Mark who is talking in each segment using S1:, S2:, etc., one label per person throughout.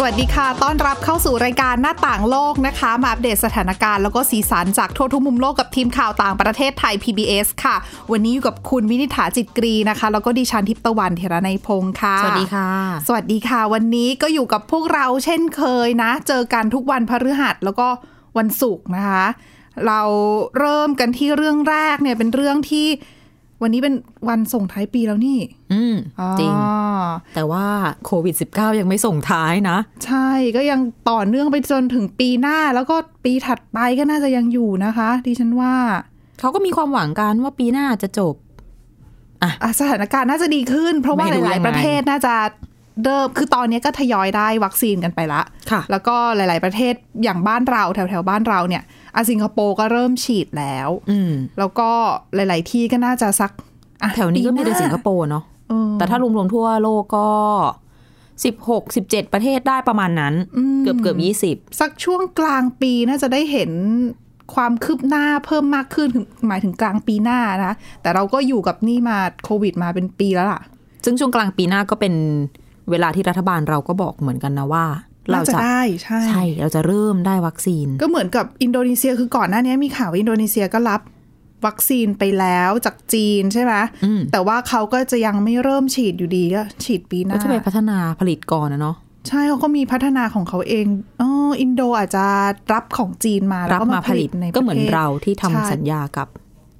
S1: สวัสดีค่ะ ต้อนรับเข้าสู่รายการหน้าต่างโลกนะคะ มาอัปเดตสถานการณ์แล้วก็สีสันจากทั่วทุกมุมโลกกับทีมข่าวต่างประเทศไทย PBS ค่ะ วันนี้อยู่กับคุณวินิษฐาจิตกรีนะคะ แล้วก็ดิฉันทิพย์ตะวันเทระในยพงค์ค่ะ
S2: สวัสดีค่ะ
S1: สวัสดีค่ะ วันนี้ก็อยู่กับพวกเราเช่นเคยนะ เจอกันทุกวันพฤหัสแล้วก็วันศุกร์นะคะ เราเริ่มกันที่เรื่องแรกเนี่ยเป็นเรื่องที่วันนี้เป็นวันส่งท้ายปีแล้วนี่
S2: อืม จริง
S1: อ๋อ
S2: แต่ว่าโควิด -19 ยังไม่ส่งท้ายนะ
S1: ใช่ก็ยังต่อเนื่องไปจนถึงปีหน้าแล้วก็ปีถัดไปก็น่าจะยังอยู่นะคะดิฉันว่า
S2: เขาก็มีความหวังกันว่าปีหน้าจะจบ
S1: อ่ะสถานการณ์น่าจะดีขึ้น เพราะว่า
S2: ไม่
S1: ห
S2: รู้
S1: ลาย
S2: ยั
S1: ๆ
S2: งไง
S1: ประเทศน่าจะเดิมคือตอนนี้ก็ทยอยได้วัคซีนกันไปละ
S2: ค่ะ
S1: แล้วก็หลาย ๆประเทศอย่างบ้านเราแถวแถวๆบ้านเราเนี่ยอะสิงคโปร์ก็เริ่มฉีดแล้ว
S2: อืม
S1: แล้วก็หลาย ๆ ที่ก็น่าจะสักอ่ะ
S2: แถวนี้ก็มีแต่
S1: ปีหา
S2: สิงคโปร์เนาะ
S1: เออ
S2: แต่ถ้ารวมๆทั่วโลกก็สิบหกสิบเจ็ดประเทศได้ประมาณนั้น
S1: อืม
S2: เกือบเกือบยี่สิบ
S1: สักช่วงกลางปีน่าจะได้เห็นความคืบหน้าเพิ่มมากขึ้นถึงหมายถึงกลางปีหน้านะ แต่เราก็อยู่กับนี่มาโควิดมาเป็นปีแล้วล่ะ
S2: ซึ่งช่วงกลางปีหน้าก็เป็นเวลาที่รัฐบาลเราก็บอกเหมือนกันนะว่า เรา
S1: น่าจะ
S2: จะ
S1: ได้ใช่
S2: ใช่เราจะเริ่มได้วัคซีน
S1: ก็เหมือนกับอินโดนีเซียคือก่อนหน้านี้มีข่าวว่าอินโดนีเซียก็รับวัคซีนไปแล้วจากจีนใช่ไหม
S2: อืม
S1: แต่ว่าเขาก็จะยังไม่เริ่มฉีดอยู่ดีก็ฉีดปีห
S2: ก็
S1: น้า
S2: จะไปพัฒนาผลิตก่อนนะเนาะ
S1: ใช่เขาก็มีพัฒนาของเขาเองอ๋ออินโดอาจจะรับของจีนมาแล้
S2: รั
S1: ว
S2: บ
S1: ก็
S2: มา
S1: มา
S2: ผ
S1: ผ
S2: ลิ
S1: ลิ
S2: ต
S1: ตในประทศ
S2: ก็เหมือนเราที่ทำ
S1: ใช่
S2: สัญญากับ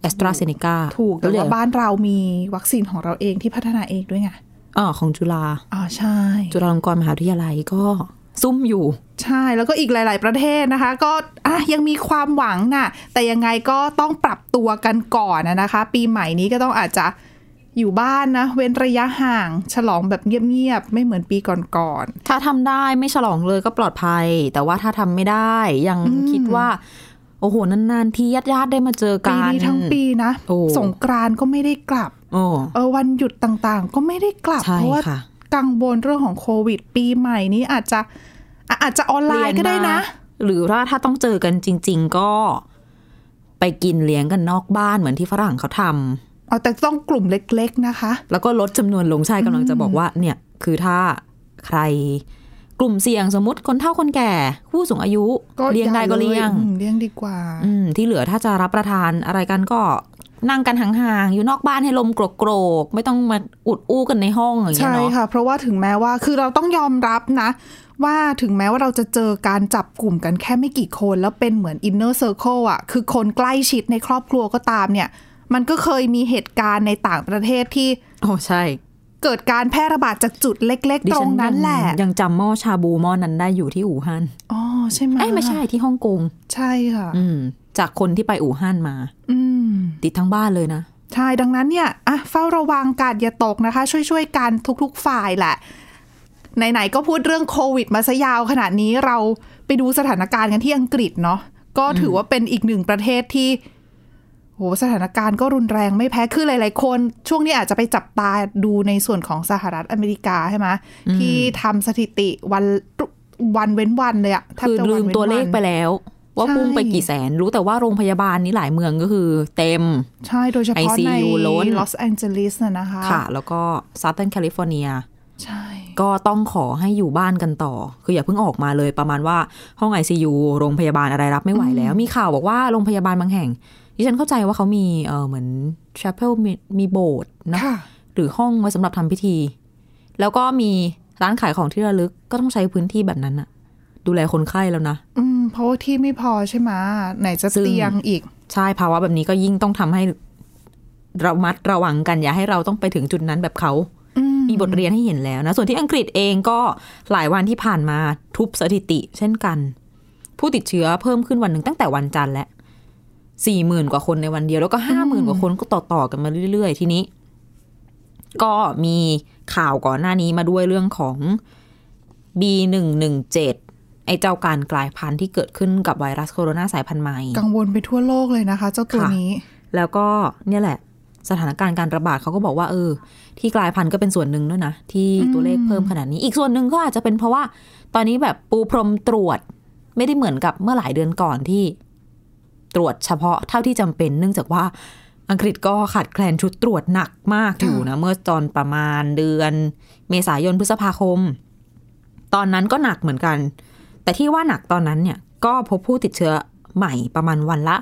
S2: แอสตราเซเนกา
S1: ถูกแต่ว่า
S2: บ้า
S1: บ้านเรามีวัคซีนของเราเองที่พัฒนาเองด้วยไง
S2: อ่อของจุฬา
S1: อ๋อใช่
S2: จุฬาลงกรณ์มหาวิทยาลัยก็ซุ่มอยู่
S1: ใช่แล้วก็อีกหลาย ๆ ประเทศนะคะ ก็อ่ะยังมีความหวังน่ะ แต่ยังไงก็ต้องปรับตัวกันก่อนนะนะคะ ปีใหม่นี้ก็ต้องอาจจะอยู่บ้านนะ เว้นระยะห่าง ฉลองแบบเงียบ ๆ ไม่เหมือนปีก่อน
S2: ถ้าทำได้ไม่ฉลองเลยก็ปลอดภัย แต่ว่าถ้าทำไม่ได้ ยัง
S1: อืม
S2: คิดว่า โอ้โห นาน ๆ ที่ญาติญาติๆได้มาเจอ
S1: ๆ
S2: กั
S1: ปี
S2: น
S1: นี้ทั้งปีนะ
S2: โอ้
S1: สงกรานต์ก็ไม่ได้กลับ
S2: โอ้
S1: เออวันหยุดต่างๆ ก็ไม่ได้กลับ
S2: ใช่
S1: เพราะว่า
S2: ค่ะ
S1: กังวลเรื่องของโควิด ปีใหม่นี้อาจจะอ่ะอาจจะออนไลน์ก็ได้นะ
S2: เรียนมาหรือว่าถ้าต้องเจอกันจริง ๆ ก็ ไปกินเลี้ยงกันนอกบ้านเหมือนที่ฝรั่งเขาทำ
S1: เอาแต่ต้องกลุ่มเล็ก ๆ นะคะ
S2: แล้วก็ลดจำนวนลงใช่กำลังจะบอกว่า เนี่ย คือถ้าใคร กลุ่มเสี่ยงสมมติคนเฒ่าคนแก่ ผู้สูงอายุเลี้ยงได้ก็เลี้ยง
S1: อืมเลี้ยงดีกว่า
S2: อืมที่เหลือถ้าจะรับประทานอะไรกันก็นั่งกันห่างๆ อยู่นอกบ้านให้ลมโกรกๆ ไม่ต้องมาอุดอู้กันในห้องอย่างเงี้ย
S1: ใช่
S2: เนาะ
S1: ค่ะ เพราะว่าถึงแม้ว่าคือเราต้องยอมรับนะ ว่าถึงแม้ว่าเราจะเจอการจับกลุ่มกันแค่ไม่กี่คน แล้วเป็นเหมือนอินเนอร์เซอร์เคิลอ่ะ คือคนใกล้ชิดในครอบครัวก็ตามเนี่ย มันก็เคยมีเหตุการณ์ในต่างประเทศที่
S2: โอ้ใช่
S1: เกิดการแพร่ระบาดจากจุดเล็ก
S2: ดิ
S1: ๆ ตร
S2: ฉั
S1: งนั้นแหละ
S2: ยังยังจำหม้อชาบูหม้อนั้นได้อยู่ที่อู่ฮั่น
S1: อ๋อใช่ไหม
S2: เอ้ยไม่ใช่ที่ฮ่องกง
S1: ใช่ค่ะ
S2: อืม จากคนที่ไปอู่ฮั่นมา
S1: อืม
S2: ติดทั้งบ้านเลยนะ
S1: ใช่ ดังนั้นเนี่ยอ่ะเฝ้าระวังการอย่าตกนะคะ ช่วยๆกันทุกๆฝ่ายแหละ ไหนๆก็พูดเรื่องโควิดมาซะยาวขนาดนี้เราไปดูสถานการณ์กันที่อังกฤษเนาะก็ถือว่าเป็นอีกหนึ่งประเทศที่โหสถานการณ์ก็รุนแรงไม่แพ้คือหลายๆคน ช่วงนี้อาจจะไปจับตาดูในส่วนของสหรัฐอเมริกาใช่ไหมที่ทำสถิติวันวันเว้นวันเลยอะแทบ
S2: คือ
S1: จะน
S2: ลื
S1: นน
S2: มตัวเลขไปแล้ว ว่า
S1: ใช่
S2: พุ่งไปกี่แสน รู้แต่ว่าโรงพยาบาลนี้หลายเมืองก็คือ เต็ม
S1: ใช่โดยเฉพาะใน
S2: ICU ล้น
S1: ลอสแองเจลิสน่ะนะคะ
S2: ค่ะ แล้วก็ซัตเทิร์นแคลิฟอร์เนีย
S1: ใช่
S2: ก็ต้องขอให้อยู่บ้านกันต่อ คืออย่าเพิ่งออกมาเลยประมาณว่าห้อง ICU โรงพยาบาลอะไรรับไม่ไหวแล้ว มีข่าวบอกว่าโรงพยาบาลบางแห่ง ดิฉันเข้าใจว่าเขามีเออเหมือนชาเพลมีโบสถ์นะ
S1: ค่ะ
S2: หรือห้องไว้สำหรับทำพิธี แล้วก็มีร้านขายของที่ระลึกก็ต้องใช้พื้นที่แบบนั้นอะดูแลคนไข้แล้วนะ
S1: อืมเพราะว่าที่ไม่พอใช่ไหมะไหนจะ
S2: ซึ่ง
S1: เตียงอีก
S2: ใช่ภาวะแบบนี้ก็ยิ่งต้องทำให้ระมัดระวังกันอย่าให้เราต้องไปถึงจุดนั้นแบบเขา
S1: อืม
S2: มีบทเรียนให้เห็นแล้วนะ ส่วนที่อังกฤษเองก็หลายวันที่ผ่านมาทุบสถิติ เช่นกัน ผู้ติดเชื้อเพิ่มขึ้นวันหนึ่งตั้งแต่วันจันทร์และสี่หมื่นกว่าคนในวันเดียว แล้วก็ห้าหมื่นกว่าคนก็ต่อต่อๆกันมาเรื่อย ๆ ทีนี้ ก็มีข่าวก่อนหน้านี้มาด้วยเรื่องของ B117 ไอ้เจ้าการกลายพันธุ์ที่เกิดขึ้นกับไวรัสโคโรนาสายพันธุ์ใหม่
S1: กังวลไปทั่วโลกเลยนะคะ เจ้าตัว
S2: ค่ะ
S1: นี้
S2: แล้วก็เนี่ยแหละ สถานการณ์การระบาดเขาก็บอกว่าเออ ที่กลายพันธุ์ก็เป็นส่วนหนึ่งด้วยนะ ที่ตัวเลขเพิ่มขนาดนี้ อีกส่วนหนึ่งก็อาจจะเป็นเพราะว่า ตอนนี้แบบปูพรมตรวจ ไม่ได้เหมือนกับเมื่อหลายเดือนก่อนที่ ตรวจเฉพาะเท่าที่จำเป็น เนื่องจากว่าอังกฤษก็ขาดแคลนชุดตรวจหนักมากอยู่นะ เมื่อตอนประมาณเดือน เมษายนพฤษภาคม ตอนนั้นก็หนักเหมือนกัน แต่ที่ว่าหนักตอนนั้นเนี่ย ก็พบผู้ติดเชื้อใหม่ประมาณวันละ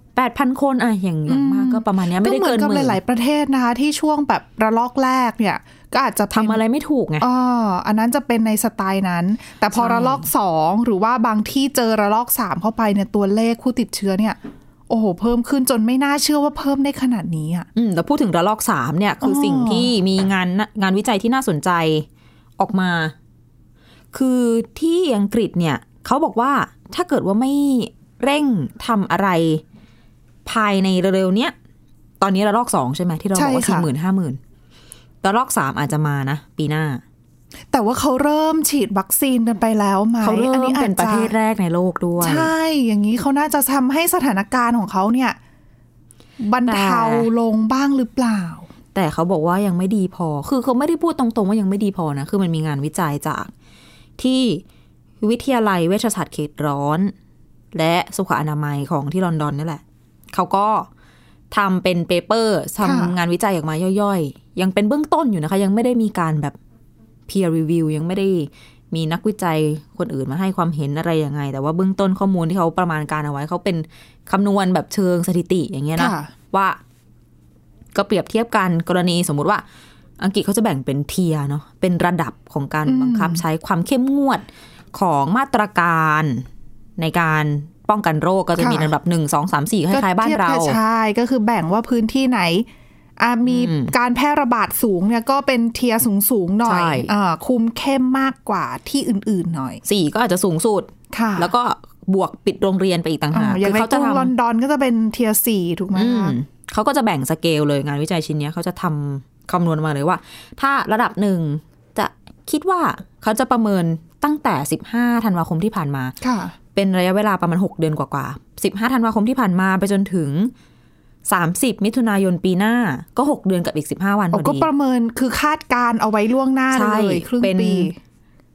S2: 8,000 คนอะอย่างอย่างมากก็ประมาณเนี้ย
S1: ก็
S2: ไม่ได้
S1: เหมือ
S2: เกิ
S1: น
S2: น
S1: กับ
S2: หมื่น
S1: หลาย ๆ ประเทศนะคะ ที่ช่วงแบบระลอกแรกเนี่ย ก็อาจจะเป็น
S2: ทำอะไรไม่ถูกไง
S1: อ๋ออันนั้นจะเป็นในสไตล์นั้น แต่พอ
S2: ใช่
S1: ระลอกสองหรือว่าบางที่เจอระลอกสามเข้าไปเนี่ยตัวเลขผู้ติดเชื้อเนี่ย โอ้โห เพิ่มขึ้นจนไม่น่าเชื่อว่าเพิ่มได้ขนาดนี้อ่ะ
S2: อืมแต่พูดถึงระลอกสามเนี่ย คืออ
S1: อ
S2: สิ่งที่มีงานงานวิจัยที่น่าสนใจออกมา คือที่อังกฤษเนี่ย เขาบอกว่าถ้าเกิดว่าไม่เร่งทำอะไร ภายในเร็วๆเนี้ยตอนนี้ระลอกสองใช่ไหมที่เราบอกว่า
S1: ใช่
S2: สี่
S1: ค่ะ
S2: หมื่นห้าหมื่นระลอกสามอาจจะมานะ ปีหน้า
S1: แต่ว่าเขาเริ่มฉีดวัคซีนกันไปแล้วไหม
S2: เขาเริ่
S1: อั
S2: ม
S1: นี้อา
S2: เป็น
S1: จ
S2: ประ
S1: จะ
S2: เทศแรกในโลกด้วย
S1: ใช่ อย่างนี้เขาน่าจะทำให้สถานการณ์ของเขาเนี่ยบรรเทา
S2: แต่
S1: ลงบ้างหรือเปล่า
S2: แต่เขาบอกว่ายังไม่ดีพอ คือเขาไม่ได้พูดตรงๆว่ายังไม่ดีพอนะ คือมันมีงานวิจัยจากที่วิทยาลัยเวชศาสตร์เขตร้อน และสุขอนามัยของที่ลอนดอนนี่แหละ เขาก็ทำเป็นเปเปอร์
S1: ค่ะ
S2: ทำงานวิจัยออกมาย่อยๆ ยังเป็นเบื้องต้นอยู่นะคะ ยังไม่ได้มีการแบบ peer review ยังไม่ได้มีนักวิจัยคนอื่นมาให้ความเห็นอะไรยังไง แต่ว่าเบื้องต้นข้อมูลที่เขาประมาณการเอาไว้เขาเป็นคำนวณแบบเชิงสถิติอย่างเงี้ยนะ
S1: ค่ะ
S2: ว่าก็เปรียบเทียบกันกรณีสมมุติว่า อังกฤษเขาจะแบ่งเป็นเทียร์เนาะเป็นระดับของการ
S1: อืม
S2: บังคับใช้ความเข้มงวดของมาตรการในการป้องกันโรคก็จะมีระดับหนึ่งสองสามสี่คล้ายๆบ้านเรา
S1: ก็ทีบกับใช่ก็คือแบ่งว่าพื้นที่ไหนอ่ะมี
S2: อืม
S1: การแพร่ระบาดสูงเนี่ยก็เป็นเทียร์สูงสูงๆหน่อ
S2: ใช่
S1: ยอ่าคุมเข้มมากกว่าที่อื่นๆหน่อย
S2: สี่ก็อาจจะสูงสุด
S1: ค่ะ
S2: แล้วก็บวกปิดโรงเรียนไปอีกต่าง
S1: อ่า
S2: หาก
S1: อย่างใน
S2: เขา
S1: ก
S2: จะ
S1: รุง
S2: ทำ
S1: ลอนดอนก็จะเป็นเทียร์สี่ถูกไหม
S2: อืม
S1: คะ
S2: เขาก็จะแบ่งสเกลเลยงานวิจัยชิ้นเนี้ยเขาจะทำคำนวณมาเลยว่า ถ้าระดับหนึ่งจะคิดว่าเขาจะประเมินตั้งแต่ 15ธันวาคมที่ผ่านมา
S1: ค่ะ
S2: เป็นระยะเวลาประมาณ 6 เดือนกว่าๆ15ธันวาคมที่ผ่านมาไปจนถึง 30 มิถุนายนปีหน้าก็ 6 เดือนกับอีก 15 วันพอ
S1: ก็
S2: ดี
S1: ประเมินคือคาดการณ์เอาไว้ล่วงหน้า
S2: ใช่
S1: เลยครึ่ง
S2: เป็น
S1: ปี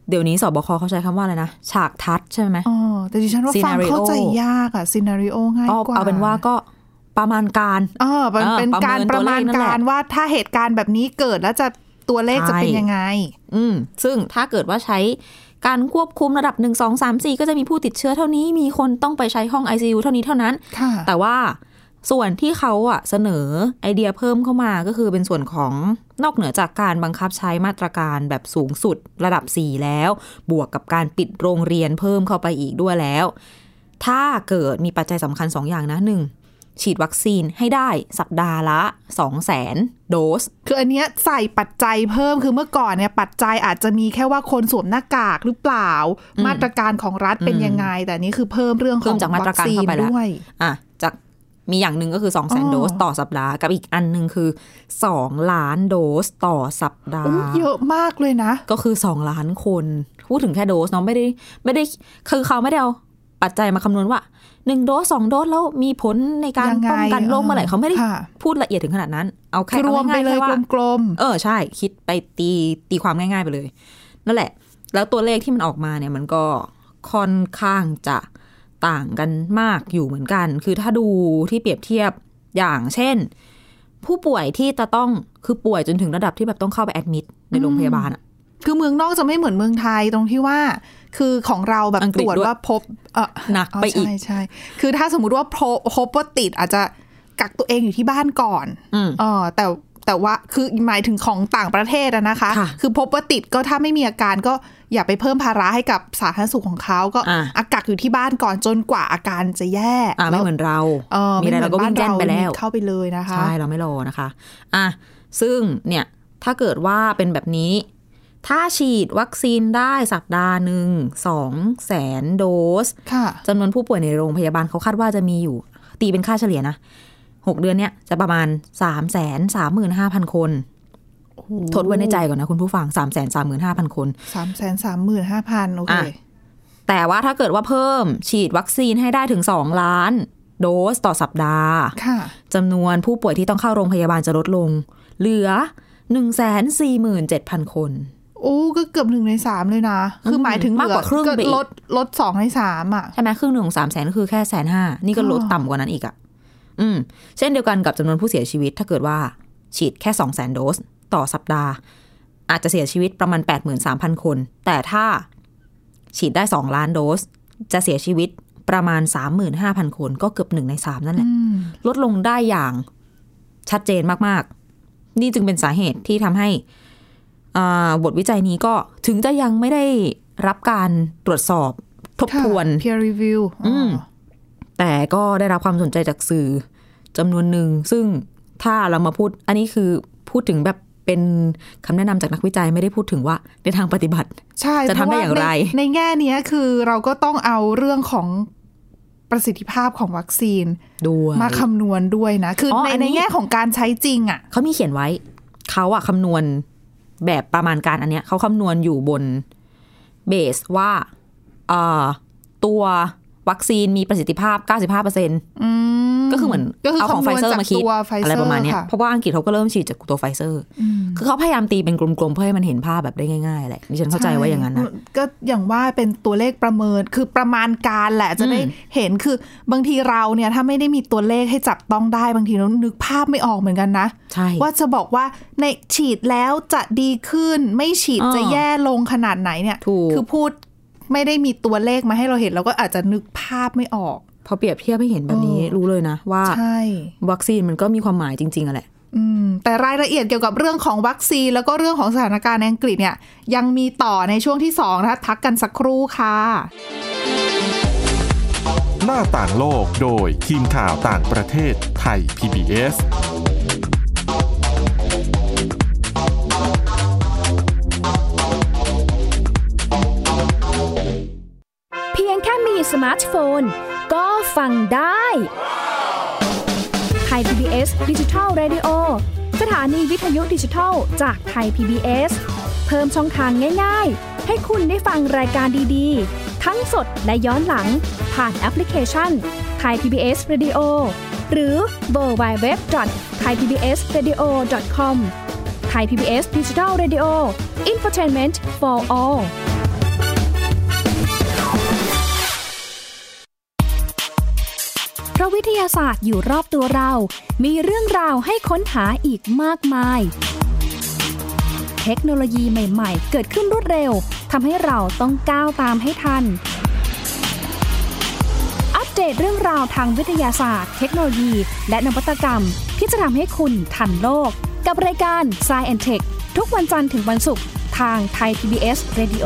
S2: เดี๋ยวนี้สบคเขาใช้คำว่าอะไรนะ ฉากทัศน์ใช่ไหม
S1: อ๋อแต่ดิฉันว่าฟัง
S2: scenario
S1: เข้าใจยากอะซีนารีโอง่าย
S2: เอา
S1: กว่า
S2: เอาเป็นว่าก็ประมาณการ
S1: เออมัน
S2: เออ
S1: เป็นการป
S2: ประ ระ
S1: มา
S2: เมิ
S1: ณ
S2: นตัวเลขนั่นแหละ
S1: การว่าถ้าเหตุการณ์แบบนี้เกิดแล้วจะตัวเลขจะเป็น
S2: ใช่
S1: ยังไง
S2: อืมซึ่งถ้าเกิดว่าใช้การควบคุมระดับ 1 2 3 4 ก็จะมีผู้ติดเชื้อเท่านี้ มีคนต้องไปใช้ห้อง ICU เท่านี้เท่านั้น
S1: ค่ะ
S2: แต่ว่าส่วนที่เขาอะเสนอไอเดียเพิ่มเข้ามาก็คือเป็นส่วนของนอกเหนือจากการบังคับใช้มาตรการแบบสูงสุดระดับ 4 แล้ว บวกกับการปิดโรงเรียนเพิ่มเข้าไปอีกด้วยแล้ว ถ้าเกิดมีปัจจัยสำคัญ 2 อย่างนะหนึ่งฉีดวัคซีนให้ได้สัปดาห์ละ 2 0 0 0 0 0โดส
S1: คืออันเนี้ยใส่ปัจจัยเพิ่มคือเมื่อก่อนเนี่ยปัจจัยอาจจะมีแค่ว่าคนสวมหน้ากากหรือเปล่า มาตรการของรัฐเป็นยังไง แต่อันนี้คือเพิ่มเรื่องข
S2: เพิ่
S1: อง
S2: มจากมาตรการเข้าไปแล้ว
S1: วัคซีนด้วย
S2: อ่ะจากมีอย่างหนึ่งก็คือ 2 0 0 0 0
S1: อ๋อ
S2: 0โดสต่อสัปดาห์กับอีกอันหนึ่งคือ 2 ล้านโดสต่อสัปดาห์
S1: อุ๊ยเยอะมากเลยนะ
S2: ก็คือ 2 ล้านคน พูดถึงแค่โดสเนาะไม่ได้ไม่ได้คือเขาไม่ได้เอาปัจจัยมาคำนวณว่า 1 โดส 2 โดส แล้วมีผลในการ
S1: ยังไง
S2: ป้องกันโรคเมื่อไหร่เขาไม่ได้
S1: ค่ะ
S2: พูดละเอียดถึงขนาดนั้น เอาแค่
S1: คือรวมไปเลย
S2: อาง่าๆแค่ว่า
S1: กลม
S2: เออ ใช่ คิดไปตีตีความง่าย ๆ ไปเลย นั่นแหละ แล้วตัวเลขที่มันออกมาเนี่ย มันก็ค่อนข้างจะต่างกันมากอยู่เหมือนกัน คือถ้าดูที่เปรียบเทียบอย่างเช่น ผู้ป่วยที่จะต้องคือป่วยจนถึงระดับที่แบบต้องเข้าไปแอดมิดในโรงพยาบาลอะ
S1: ๆ คือเมืองนอกจะไม่เหมือนเมืองไทยตรงที่ว่า คือของเราแบบ
S2: อังก
S1: ต
S2: ฤษ
S1: รวจ
S2: ด้วย
S1: ว่าพบเออ
S2: หนักไปอีก
S1: ใช่ใช่คือถ้าสมมุติว่าพบพบว่าติดอาจจะกักตัวเองอยู่ที่บ้านก่อน
S2: อืม
S1: เออแต่แต่ว่าคือหมายถึงของต่างประเทศอะนะคะ
S2: ค่ะ
S1: คือพบว่าติดก็ถ้าไม่มีอาการก็อย่าไปเพิ่มภาระให้กับสาธารณสุขของเขาก็
S2: อ่ะ
S1: อากักอยู่ที่บ้านก่อนจนกว่าอาการจะแย่
S2: อ่าไม่เหมือนเรา
S1: เออ
S2: มีอะไรเราก็วิ่งแจ้นไปแล้ว
S1: เข้าไปเลยนะคะ
S2: ใช่ เราไม่รอนะคะ อ่ะ ซึ่งเนี่ย ถ้าเกิดว่าเป็นแบบนี้ ถ้าฉีดวัคซีนได้สัปดาห์หนึ่งสองแสนโดส
S1: ค่ะ
S2: จำนวนผู้ป่วยในโรงพยาบาลเขาคาดว่าจะมีอยู่ ตีเป็นค่าเฉลี่ยนะหกเดือนเนี้ยจะประมาณสามแสนสามหมื่นห้าพันคนทดไว้ในใจก่อนนะคุณผู้ฟังสามแสนสามหมื่นห้าพันคน
S1: สามแสนสามหมื่นห้าพันโอเค
S2: อ่ะ แต่ว่าถ้าเกิดว่าเพิ่มฉีดวัคซีนให้ได้ถึงสองล้าน โดสต่อสัปดาห์
S1: ค่ะ
S2: จำนวนผู้ป่วยที่ต้องเข้าโรงพยาบาลจะลดลง เหลือ 147,000 คน
S1: โอ้ก็เกือบหนึ่งในสามเลยนะ คือหมายถึง
S2: มากกว่า
S1: เหลือ
S2: ครึ่งไปอีก
S1: ลดลดสองในสามอ่ะ
S2: ใช่ไหมครึ่งหนึ่งของสามแสนก็คือแค่แสนห้านี่ก็ลด
S1: อ๋อ
S2: ต่ำกว่านั้นอีกอะ่ะ อืม เช่นเดียวกันกับจำนวนผู้เสียชีวิต ถ้าเกิดว่า ฉีดแค่สองแสนโดส ต่อสัปดาห์ อาจจะเสียชีวิตประมาณ 83,000 คน แต่ถ้าฉีดได้ 2 ล้านโดส จะเสียชีวิตประมาณ 35,000 คนก็เกือบหนึ่งในสามนั่นแหละ
S1: อืม
S2: ลดลงได้อย่างชัดเจนมาก ๆ นี่จึงเป็นสาเหตุที่ทำให้อ่าบทวิจัยนี้ก็ถึงจะยังไม่ได้รับการตรวจสอบทบ
S1: ค่ะ
S2: ทวน
S1: peer review
S2: อืม แต่ก็ได้รับความสนใจจากสื่อจำนวนหนึ่ง ซึ่งถ้าเรามาพูด อันนี้คือพูดถึงแบบเป็นคำแนะนำจากนักวิจัยไม่ได้พูดถึงว่าในทางปฏิบัติ
S1: ใช่
S2: จะทำได้อย่างไร
S1: เพว่ในในแง่เนี้ยคือเราก็ต้องเอาเรื่องของประสิทธิภาพของวัคซีน
S2: ด้วย
S1: มาคำนวณด้วยนะ คืออ
S2: อ
S1: ใน
S2: อัน
S1: ใน
S2: นี้
S1: แง่ของการใช้จริงอ่ะ
S2: เขามีเขียนไว้ เขาอะคำนวณแบบประมาณการอันเนี้ยเขาคำนวณอยู่บนเบสว่าเอ่อตัววัคซีนมีประสิทธิภาพ 95%
S1: อืม
S2: ก็คือเหมือน
S1: ก็คือ
S2: เอาของ
S1: คำน
S2: ไฟ
S1: วณ
S2: เซอร์
S1: จาก
S2: มาคิด
S1: ตัว Pfizer
S2: อะไรประมาณเนี้ย
S1: ค่ะ
S2: เพราะว่าอังกฤษเขาก็เริ่มฉีดจากตัวไฟเซอร์ คือเขาพยายามตีเป็นกลมๆ เพื่อให้มันเห็นภาพแบบได้ง่ายๆแหละดิฉันเข้าใจว่าอย่างนั้นนะ
S1: ช่ก็อย่างว่าเป็นตัวเลขประเมินคือประมาณการแหละจะได้เห็นคือบางทีเราเนี่ยถ้าไม่ได้มีตัวเลขให้จับต้องได้บางทีเรานึกภาพไม่ออกเหมือนกันนะ
S2: ใช่
S1: ว่าจะบอกว่าในฉีดแล้วจะดีขึ้น ไม่ฉีด
S2: อ่า
S1: จะแย่ลงขนาดไหนเนี่ย
S2: ถูก
S1: คือพูดไม่ได้มีตัวเลขมาให้เราเห็นเราก็อาจจะนึกภาพไม่ออก
S2: พอเปรียบเทียบให้เห็นแบบนี้
S1: เออ
S2: รู้เลยนะ ว่า
S1: ใช่
S2: วัคซีนมันก็มีความหมายจริงๆอะแหละ
S1: อืมแต่รายละเอียดเกี่ยวกับเรื่องของวัคซีน แล้วก็เรื่องของสถานการณ์ในอังกฤษเนี่ย ยังมีต่อในช่วงที่สองนะคะพักกันสักครู่ค่ะ
S3: หน้าต่างโลกโดยทีมข่าวต่างประเทศไทย PBS
S4: เพียงแค่มีสมาร์ทโฟน ก็ฟังได้ไทย PBS ดิจิทัล Radio สถานีวิทยุดิจิทัลจากไทย PBS เพิ่มช่องทางง่าย ๆ ให้คุณได้ฟังรายการดีๆ ทั้งสดและย้อนหลัง ผ่านแอปพลิเคชันไทย PBS Radio หรือเวอร์บายเว็บไทยพีบีเอสเรดิโอคอมไทยพีบีเอสดิจิทัลเรดิโออินฟอร์ทนเมนต์ for all เพราะวิทยาศาสตร์อยู่รอบตัวเรา มีเรื่องราวให้ค้นหาอีกมากมาย เทคโนโลยีใหม่ ๆ เกิดขึ้นรวดเร็ว ทำให้เราต้องก้าวตามให้ทัน อัปเดตเรื่องราวทางวิทยาศาสตร์ เทคโนโลยี และนวัตกรรม ที่จะทำให้คุณทันโลก กับรายการ s c i e n t e c h ทุกวันจันทร์ถึงวันศุกร์ทางไทย PBS Radio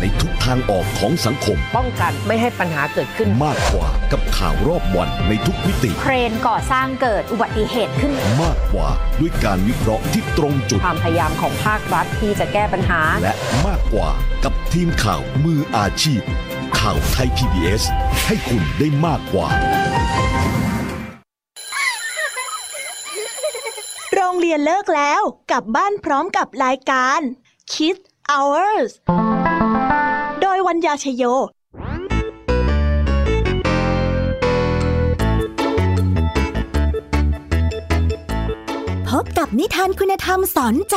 S5: ในทุกทางออกของสังคม
S6: ป้องกันไม่ให้ปัญหาเกิดขึ้น
S5: มากกว่ากับข่าวรอบวันในทุกมิติ
S7: เครนก่อสร้างเกิดอุบัติเหตุขึ้น
S5: มากกว่าด้วยการวิเคราะห์ที่ตรงจุด
S6: ความพยายามของภาครัฐที่จะแก้ปัญหา
S5: และมากกว่ากับทีมข่าวมืออาชีพ ข่าวไทย PBS ให้คุณได้มากกว่า
S8: โรงเรียนเลิกแล้วกลับบ้านพร้อมกับรายการ Kids Hours โดยวัญญาชยโย
S9: พบกับนิทานคุณธรรมสอนใจ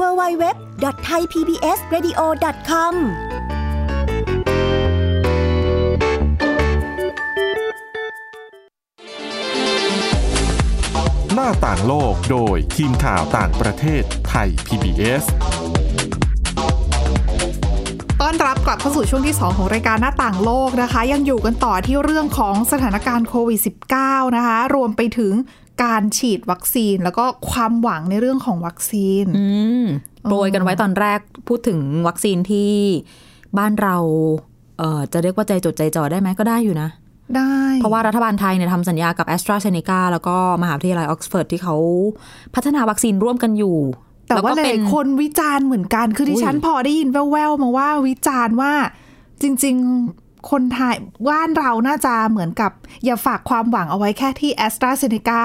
S9: www.thaipbsradio.com
S3: หน้าต่างโลกโดยทีมข่าวต่างประเทศไทย PBS
S1: ตอน อนรับกลับเข้าสู่ช่วงที่ 2 ของรายการหน้าต่างโลกนะคะ ยังอยู่กันต่อที่เรื่องของสถานการณ์โควิด -19 นะคะ รวมไปถึงการฉีดวัคซีน แล้วก็ความหวังในเรื่องของวัคซีน
S2: อืมโปรยกันไว้ตอนแรกพูดถึงวัคซีนที่บ้านเราเอ่อจะเรียกว่าใจจดใจจ่อได้ไหมก็ได้อยู่นะ
S1: ได้
S2: เพราะว่ารัฐบาลไทยเนี่ยทำสัญญากับแอสตราเซเนกาแล้วก็มหาวิทยาลัยออกซฟอร์ดที่เขาพัฒนาวัคซีนร่วมกันอยู่
S1: แต่
S2: ล้
S1: ว่า
S2: ก็
S1: ห
S2: เป็
S1: ลายๆคนวิจารณ์เหมือนกัน คือ
S2: อุ้ย
S1: ดิฉันพอได้ยินแว่วๆมาว่าวิจารณ์ว่าจริงๆคนไทยว่านเราน่าจะเหมือนกับ อย่าฝากความหวังเอาไว้แค่ที่แอสตราเซเนกา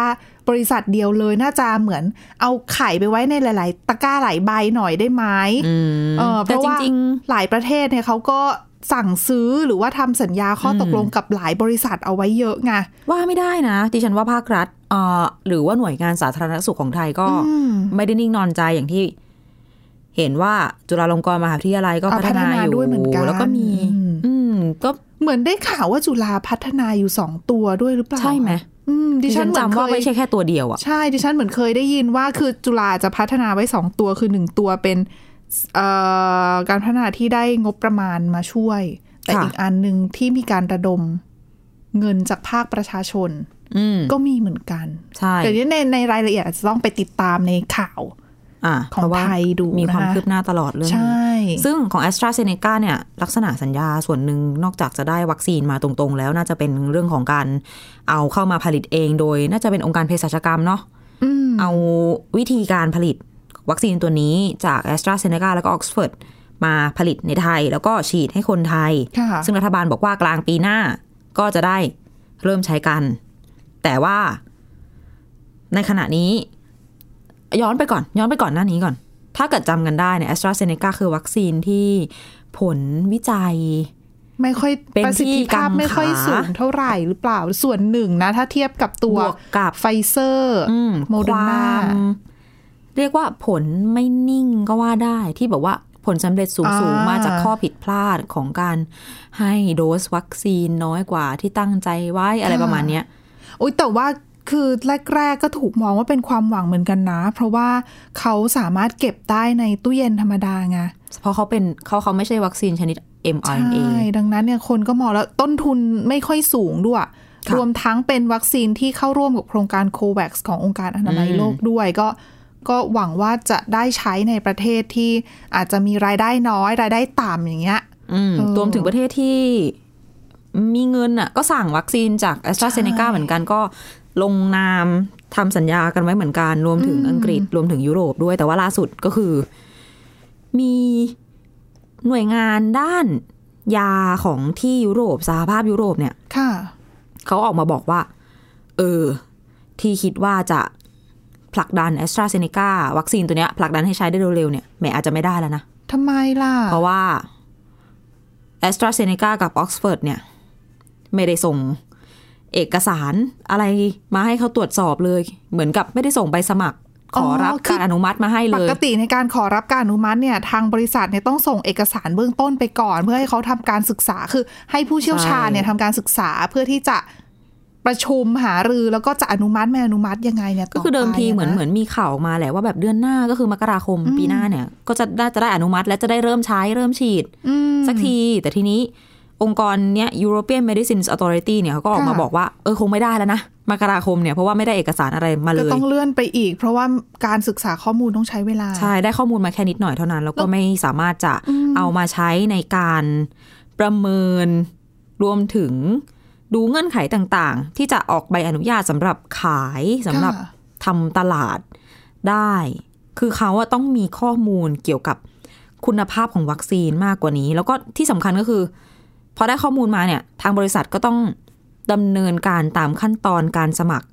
S1: บริษัทเดียวเลยน่าจะเหมือนเอาไข่ไปไว้ในหลาย ๆ ตะกร้าหลายใบหน่อยได้ไหม
S2: อืม
S1: เออเพ
S2: แต่
S1: ราะ
S2: จ
S1: ว่า
S2: ริง
S1: หลายประเทศเนี่ยเขาก็สั่งซื้อหรือว่าทำสัญญาข้ออ
S2: ม
S1: ตกลงกับหลายบริษัทเอาไว้เยอะไง
S2: ๆ ว่าไม่ได้นะดิฉันว่าภาครัฐเอ่อหรือว่าหน่วยงานสาธารณสุขของไทยก็
S1: อืม
S2: ไม่ได้นิ่งนอนใจอย่างที่ เห็นว่าจุฬาลงกรณ์มหาวิทยาลัยก็
S1: อ่ะ
S2: พัฒนา
S1: พัฒนา
S2: อยู่
S1: ด้วยเหมือนกัน
S2: แล้วก็มี
S1: อืม
S2: อืม ก็
S1: เหมือนได้ข่าวว่าจุฬาพัฒนาอยู่สองตัวด้วยหรือเปล่า
S2: ใช่ไหม
S1: อืมดิ
S2: ดิ
S1: ฉั
S2: ฉั
S1: น
S2: น
S1: เหมือน
S2: จำ
S1: เค
S2: ว่าย ไม่ใช่แค่ตัวเดียวอะ
S1: ใช่ดิฉันเหมือนเคยได้ยินว่าคือจุฬาจะพัฒนาไว้ 2 ตัวคือ 1 ตัวเป็นเอ่อการพัฒนาที่ได้งบประมาณมาช่วย แต่อีกอันหนึ่งที่มีการระดมเงินจากภาคประชาชน
S2: อืม
S1: ก็มีเหมือนกัน
S2: ใช่
S1: แต่เดี๋ยวในในรายละเอียดอาจจะต้องไปติดตามในข่าว
S2: อ่ะ
S1: ของ
S2: เพราะว่า
S1: ไทยดู
S2: มีความ
S1: นะคะ
S2: คืบหน้าตลอดเรื่อง
S1: ใช
S2: นี้
S1: ่
S2: ซึ่งของ a s t r a z e ซ e c a เนี่ย ลักษณะสัญญาส่วนหนึ่งนอกจากจะได้วัคซีนมาตรงๆ แล้วน่าจะเป็นเรื่องของการเอาเข้ามาผลิตเองโดย น่าจะเป็นองค์การเภสัชกรรมเนาะ
S1: อืม
S2: เอาวิธีการผลิตวัคซีนตัวนี้จาก a s t r a z e ซ e c a แล้วก็ Oxford มาผลิตในไทย แล้วก็ฉีดให้คนไทย
S1: ค่ะ
S2: ซึ่งรัฐบาลบอกว่ากลางปีหน้าก็จะได้เริ่มใช้กัน แต่ว่าในขณะนี้ ย้อนไปก่อน ย้อนไปก่อนหน้านี้ก่อน ถ้าเกิดจำกันได้เนี่ยแอสตราเซเนกาคือวัคซีนที่ผลวิจัย
S1: ไม่ค่อย
S2: เป็น
S1: ประสิท
S2: ที่
S1: ธิ
S2: กั
S1: ภาง พ
S2: ขา
S1: ไม่ค่อยสูงเท่าไหร่หรือเปล่าส่วนหนึ่งนะ ถ้าเทียบกับตัว
S2: บวกกับ
S1: ไฟเซอร์
S2: อืม
S1: โมเดอร์นา
S2: ควมเรียกว่าผลไม่นิ่งก็ว่าได้ที่แบบว่าผลสำเร็จสูง
S1: อ่า
S2: สูงมาจากข้อผิดพลาดของการให้โดสวัคซีนน้อยกว่าที่ตั้งใจไว้อะไรประมาณเนี้ย
S1: อุ้ยแต่ว่าคือแรก ๆ ก็ถูกมองว่าเป็นความหวังเหมือนกันนะ เพราะว่าเขาสามารถเก็บได้ในตู้เย็นธรรมดาไง
S2: เพราะเขาเป็นเขาเขาไม่ใช่วัคซีนชนิด
S1: ใช่
S2: mRNA
S1: ดังนั้นเนี่ยคนก็มองแล้วต้นทุนไม่ค่อยสูงด้วย
S2: ค่ะ
S1: รวมทั้งเป็นวัคซีนที่เข้าร่วมกับโครงการโควัคขององค์การอนามัย
S2: อืม
S1: โลกด้วยก็ ก็หวังว่าจะได้ใช้ในประเทศที่อาจจะมีรายได้น้อย รายได้ต่ำอย่างเงี้ย
S2: อืม
S1: เออ
S2: รวมถึงประเทศที่มีเงินอ่ะก็สั่งวัคซีนจาก a s t r a z เซ e c a
S1: ใช่
S2: เหมือนกันก็ลงนามทำสัญญากันไว้เหมือนกัน รวมถึง
S1: อืม
S2: อังกฤษ รวมถึงยุโรปด้วยแต่ว่าล่าสุดก็คือ มีหน่วยงานด้านยาของที่ยุโรปสหภาพยุโรปเนี่ย
S1: ค่ะ
S2: เขาออกมาบอกว่า เออ ที่คิดว่าจะผลักดันแอสตราเซเนกาวัคซีนตัวเนี้ยผลักดันให้ใช้ได้เร็วๆเนี่ยแหมอาจจะไม่ได้แล้วนะ
S1: ทำไมล่ะ
S2: เพราะว่า a s t r a z e ซ e c a กับ Oxford เนี่ย ไม่ได้ส่งเอกสารอะไรมาให้เขาตรวจสอบเลย เหมือนกับไม่ได้ส่งใบสมัคร ขอรับ
S1: อ๋อคือ
S2: การอนุมัติมาให้
S1: ป
S2: เลย
S1: กติในการขอรับการอนุมัติเนี่ยทางบริษัทเนี่ยต้องส่งเอกสารเบื้องต้นไปก่อน เพื่อให้เขาทำการศึกษาคือให้ผู้เชี่ยวชาญเนี่ยทำการศึกษาเพื่อที่จะประชุมหารือแล้วก็จะอนุมัติไม่อนุมัติยังไงเนี่ย
S2: ก็คือเดิมทีเหมือนเหมื
S1: อน
S2: อนมีข่าวมาแหละว่าแบบเดือนหน้าก็คือมกราคม
S1: อืม
S2: ปีหน้าเนี่ย ก็จะน่าจะได้อนุมัติ และจะได้เริ่มใช้เริ่มฉีด สักที แต่ทีนี้องค์กรเนี้ย European Medicines Authority เนี่ยเขาก็ออกมา
S1: ค่ะ
S2: บอกว่า เออ คงไม่ได้แล้วนะมกราคมเนี่ย เพราะว่าไม่ได้เอกสารอะไรมาเล
S1: ก็
S2: ย
S1: ต้องเลื่อนไปอีก เพราะว่าการศึกษาข้อมูลต้องใช้เวลา
S2: ใช่ ได้ข้อมูลมาแค่นิดหน่อยเท่านั้น แล้วก็ไม่สามารถจะ
S1: อืม
S2: เอามาใช้ในการประเมินรวมถึงดูเงื่อนไขต่างๆ ที่จะออกใบอนุญาตสำหรับขายสำหรับ
S1: ค่ะ
S2: ทำตลาดได้ คือเขาอะต้องมีข้อมูลเกี่ยวกับคุณภาพของวัคซีนมากกว่านี้ แล้วก็ที่สำคัญก็คือ พอได้ข้อมูลมาเนี่ย ทางบริษัทก็ต้องดำเนินการตามขั้นตอนการสมัคร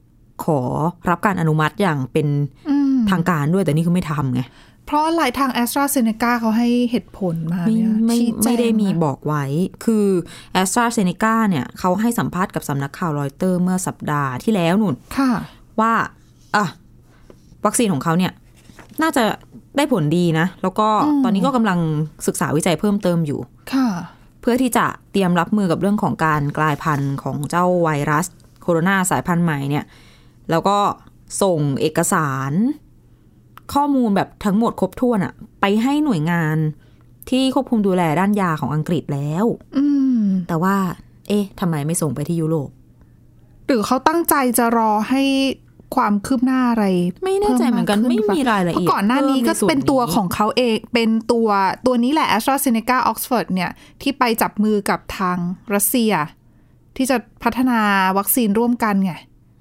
S2: ขอรับการอนุมัติอย่างเป็น
S1: อืม
S2: ทางการด้วยแต่นี่คือไม่ทำไง
S1: เพราะหลายทางแอสตราเซเนกาเขาให้เหตุผลมา
S2: ไม่
S1: เนี่ย
S2: ไม่
S1: ชี้แจง
S2: ไม่ได้มี
S1: นะ
S2: บอกไว้ คือ a s t r a z e ซ e c a เนี่ยเขาให้สัมภาษณ์กับสำนักข่าวรอยเตอร์เมื่อสัปดาห์ที่แล้วนุ่น
S1: ค่ะ
S2: ว่าอ่ะวัคซีนของเขาเนี่ย น่าจะได้ผลดีนะ แล้วก็
S1: อืม
S2: ตอนนี้ก็กำลังศึกษาวิจัยเพิ่มเติมอยู่
S1: ค่ะ
S2: เพื่อที่จะเตรียมรับมือกับเรื่องของการกลายพันธุ์ของเจ้าไวรัส โคโรนาสายพันธุ์ใหม่เนี่ย แล้วก็ส่งเอกสาร ข้อมูลแบบทั้งหมดครบถ้วนอะไปให้หน่วยงาน ที่ควบคุมดูแลด้านยาของอังกฤษแล้ว
S1: อืม
S2: แต่ว่า เอ๊ะทำไมไม่ส่งไปที่ยุโรป
S1: หรือเขาตั้งใจจะรอให้ความคืบหน้าอะไร
S2: ไม่แน่ใจเหมือนกัน
S1: พิ่ากขึ้
S2: ไม่มี
S1: หอเป
S2: รายละเอียด
S1: เพราะก่อนหน้านี้
S2: เพิ่มใน
S1: ก็
S2: ส่วน
S1: เป็นตัว
S2: นี้
S1: ของเขาเองเป็นตัวตัวนี้แหละ a s t r a z e ซ e c a Oxford เนี่ย ที่ไปจับมือกับทางรัสเซีย ที่จะพัฒนาวัคซีนร่วมกันไง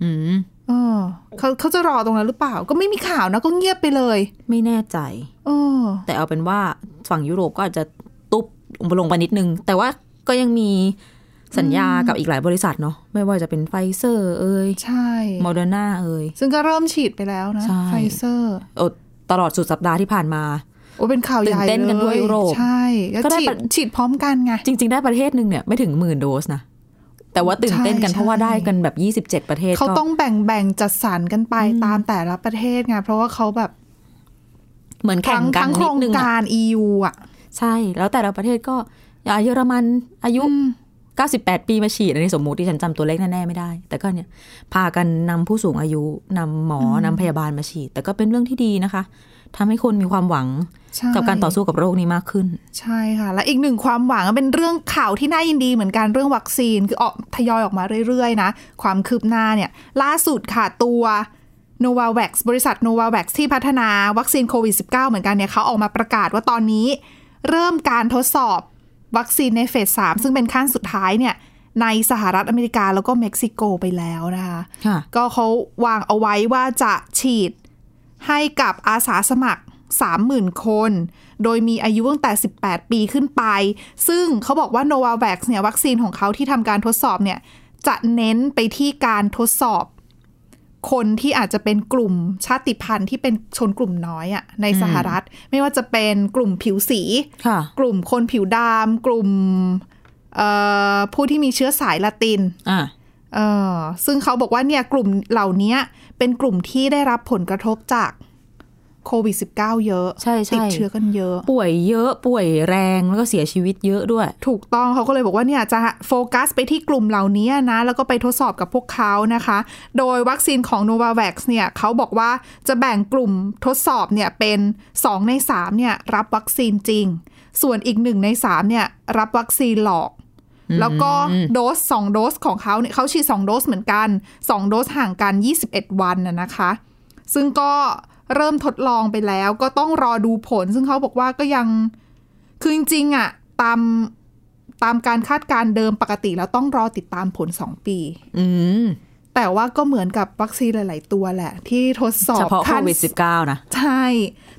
S2: อืม
S1: เออเขาเขาจะรอตรงนั้นหรือเปล่า ก็ไม่มีข่าวนะก็เงียบไปเลย
S2: ไม่แน่ใจ
S1: เออ
S2: แต่เอาเป็นว่าฝั่งยุโรปก็อาจจะตุบลงไปนิดนึง แต่ว่าก็ยังมีสัญญากับอีกหลายบริษัทเนาะไม่ว่าจะเป็นไฟเซอร์เอ่ย
S1: ใช่
S2: โมเดอร์นาเอ่ย
S1: ซึ่งก็เริ่มฉีดไปแล้วนะ
S2: ใช่
S1: ไฟเซอร์
S2: เอ่อตลอดสุดสัปดาห์ที่ผ่านมา
S1: โอ้เป็นข่าวใหญ่
S2: ตื่นเต้นกันด้วย
S1: ล
S2: ยุโรป
S1: ใช่แล้ว
S2: ก็ได้
S1: ฉี
S2: ปะ
S1: ดฉีดพร้อมกันไง
S2: จริง ๆ ได้ประเทศหนึ่งเนี่ยไม่ถึงหมื่นโดสนะ แต่ว่าตื่นเต้นกัน
S1: ใช่
S2: เพราะว่าได้กันแบบ 27 ประเทศ
S1: เขา
S2: ก็
S1: ต้องแบ่งแบ่งจัดสรรกันไปตามแต่ละประเทศไงเพราะว่าเขาแบบ
S2: เหมือนแข่
S1: ทั้
S2: ง
S1: ง
S2: กัน
S1: ทั้งโค
S2: นิ
S1: ร
S2: ด
S1: ง
S2: นึงอะ
S1: การ EU อ่ะ
S2: ใช่ แล้วแต่ละประเทศก็อ่าเยอรมันอายุ 98 ปีมาฉีดอันนี้สมมุติที่ฉันจำตัวเลขแน่ๆไม่ได้ แต่ก็เนี่ยพากันนำผู้สูงอายุนำหมออ
S1: ม
S2: นำพยาบาลมาฉีด แต่ก็เป็นเรื่องที่ดีนะคะทำให้คนมีความหวัง
S1: ใช่
S2: กับการต่อสู้กับโรคนี้มากขึ้น
S1: ใช่ค่ะ และอีกหนึ่งความหวังเป็นเรื่องข่าวที่น่ายินดีเหมือนกันเรื่องวัคซีนคือออกทยอยออกมาเรื่อยๆนะ ความคืบหน้าเนี่ย ล่าสุดค่ะตัว n o v a v a x บริษัท n o v a v a x ที่พัฒนาวัคซีนโควิด -19 เหมือนกันเนี่ยเขาออกมาประกาศว่าตอนนี้ เริ่มการทดสอบวัคซีนในเฟส 3 ซึ่งเป็นขั้นสุดท้ายเนี่ยในสหรัฐอเมริกาแล้วก็เม็กซิโกไปแล้วนะคะ
S2: ค่ะ
S1: ก็เขาวางเอาไว้ว่าจะฉีดให้กับอาสาสมัคร 30,000 คน โดยมีอายุตั้งแต่ 18 ปีขึ้นไป ซึ่งเขาบอกว่า n o v a v a x เนี่ยวัคซีนของเขาที่ทำการทดสอบเนี่ยจะเน้นไปที่การทดสอบ คนที่อาจจะเป็นกลุ่มชาติพันธุ์ที่เป็นชนกลุ่มน้อยอะในสหรัฐ ไม่ว่าจะเป็นกลุ่มผิวสี
S2: ค่ะ
S1: กลุ่มคนผิวดำกลุ่มเอ่อผู้ที่มีเชื้อสายละติน
S2: อ่า
S1: เออซึ่งเขาบอกว่าเนี่ยกลุ่มเหล่านี้เป็นกลุ่มที่ได้รับผลกระทบจากโควิด -19 เยอะ
S2: ใช่ใช่
S1: ติดเชื้อกันเยอะ
S2: ป่วยเยอะป่วยแรงแล้วก็เสียชีวิตเยอะด้วย
S1: ถูกต้องเขาก็เลยบอกว่าเนี่ยจะโฟกัสไปที่กลุ่มเหล่านี้นะ แล้วก็ไปทดสอบกับพวกเขานะคะ โดยวัคซีนของ n o v a v a x เนี่ยเขาบอกว่าจะแบ่งกลุ่มทดสอบเนี่ยเป็น 2 ใน 3 เนี่ยรับวัคซีนจริง ส่วนอีก 1 ใน 3 เนี่ยรับวัคซีนหลอก แล้วก็โดส 2 โดสของเขาเนี่ยเขาฉีด 2 โดสเหมือนกัน 2 โดสห่างกัน 21 วันนะนะคะ ซึ่งก็เริ่มทดลองไปแล้วก็ต้องรอดูผล ซึ่งเขาบอกว่าก็ยัง คือจริงๆอะตามตามการคาดการณ์เดิมปกติแล้วต้องรอติดตามผล 2 ปี
S2: อืม
S1: แต่ว่าก็เหมือนกับวัคซีนหลาย ๆ ตัวแหละ ที่ทดสอบ
S2: เฉพาะโค
S1: ขั้น
S2: วิด -19 นะ
S1: ใช่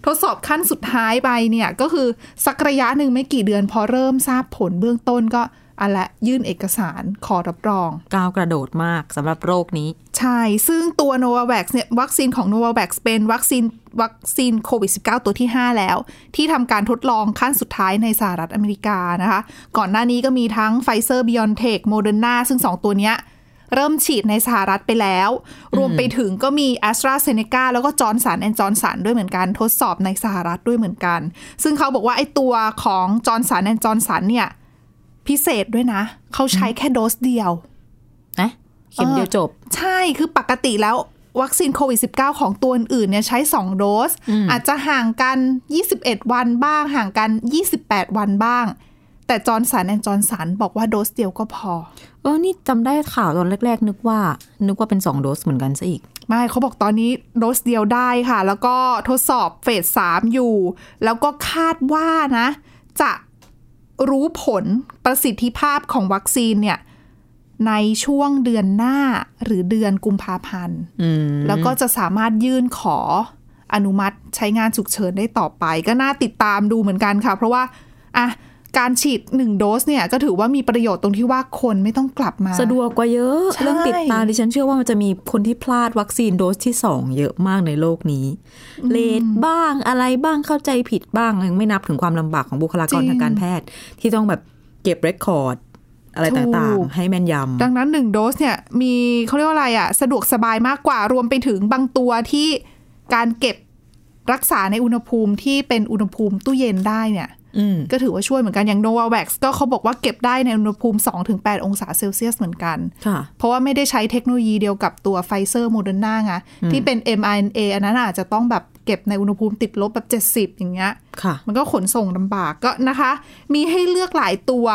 S1: ทดสอบขั้นสุดท้ายไปเนี่ย ก็คือสักระยะหนึ่งไม่กี่เดือน พอเริ่มทราบผลเบื้องต้นก็เอาละยื่นเอกสารขอรับรอง
S2: ก้าวกระโดดมากสำหรับโรคนี้
S1: ใช่ ซึ่งตัว n o v a v a x เนี่ยวัคซีนของ n o v a v a x เป็นวัคซีนวัคซีนโควิด -19 ตัวที่ 5 แล้ว ที่ทำการทดลองขั้นสุดท้ายในสหรัฐอเมริกานะคะ ก่อนหน้านี้ก็มีทั้ง p f i z e r b i o n t e c h Moderna ซึ่ง 2 ตัวเนี้ย เริ่มฉีดในสหรัฐไปแล้ว รวมไปถึงก็มี a s t r a z e ซ e c a แล้วก็ Johnson Johnson ด้วยเหมือนกันทดสอบในสหรัฐด้วยเหมือนกัน ซึ่งเขาบอกว่าไอ้ตัวของ Johnson Johnson เนี่ยพิเศษด้วยนะ เขาใช้แค่โดสเดียว
S2: นะเข็มเดียวจบ
S1: ใช่คือปกติแล้ววัคซีนโควิด -19 ของตัวอื่นๆเนี่ยใช้ 2 โดส อาจจะห่างกัน 21 วันบ้าง ห่างกัน 28 วันบ้าง แต่จอร์นสันแอนจอร์นสันบอกว่าโดสเดียวก็พอ
S2: เออ นี่จำได้ข่าวตอนแรก ๆ นึกว่า นึกว่าเป็น 2 โดสเหมือนกันซะอีก
S1: ไม่เขาบอกตอนนี้โดสเดียวได้ค่ะ แล้วก็ทดสอบเฟสสามอยู่ แล้วก็คาดว่านะ จะรู้ผลประสิทธิภาพของวัคซีนเนี่ย ในช่วงเดือนหน้าหรือเดือนกุมภาพันธ์
S2: อืม
S1: แล้วก็จะสามารถยื่นขออนุมัติใช้งานฉุกเฉินได้ต่อไป ก็น่าติดตามดูเหมือนกันค่ะ เพราะว่าอ่ะการฉีด 1 โดสเนี่ย ก็ถือว่ามีประโยชน์ตรงที่ว่าคนไม่ต้องกลับมา
S2: สะดวกกว่าเยอะ
S1: ใช่
S2: เรื่องติดตามดิฉันเชื่อว่ามันจะมีคนที่พลาดวัคซีนโดสที่ 2 เยอะมากในโลกนี้ เลทบ้างอะไรบ้างเข้าใจผิดบ้างยังไม่นับถึงความลำบากของบุคลากรทางการแพทย์ ที่ต้องแบบเก็บเรคคอร์ด อะไรต่างๆ ให้แม่นยำ
S1: ดังนั้น 1 โดสเนี่ยมีเขาเรียกว่าอะไรอะสะดวกสบายมากกว่ารวมไปถึงบางตัวที่การเก็บรักษาในอุณหภูมิที่เป็นอุณหภูมิตู้เย็นได้เนี่ย
S2: อืม
S1: ก็ถือว่าช่วยเหมือนกัน อย่างโนวาแว็กซ์ก็เขาบอกว่าเก็บได้ในอุณหภูมิ 2-8 องศาเซลเซียสเหมือนกัน
S2: ค่ะ
S1: เพราะว่าไม่ได้ใช้เทคโนโลยีเดียวกับตัวไฟเซอร์โมเดอร์นาไงที่เป็น mRNA อันนั้นอาจจะต้องแบบ เก็บในอุณหภูมิติดลบแบบ 70 อย่างเงี้ย
S2: ค่ะ
S1: มันก็ขนส่งลำบากก็นะคะ มีให้เลือกหลายตัว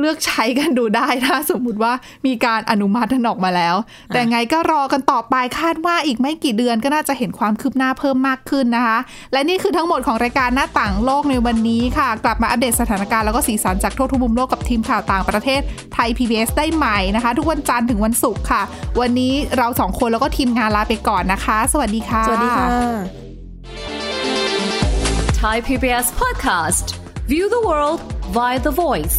S1: เลือกใช้กันดูได้ ถ้าสมมุติว่ามีการอนุมัติออกมาแล้ว แต่ไงก็รอกันต่อไปคาดว่าอีกไม่กี่เดือนก็น่าจะเห็นความคืบหน้าเพิ่มมากขึ้นนะคะ และนี่คือทั้งหมดของรายการหน้าต่างโลกในวันนี้ค่ะ กลับมาอัปเดตสถานการณ์แล้วก็สีสันจากทั่วทุกมุมโลกกับทีมข่าวต่างประเทศไทย PBS ได้ใหม่นะคะ ทุกวันจันทร์ถึงวันศุกร์ค่ะ วันนี้เราสองคนแล้วก็ทีมงานลาไปก่อนนะคะ สวัสดีค่ะ
S2: สวัสดีค่ะ
S10: Thai PBS podcast. View the world via the voice.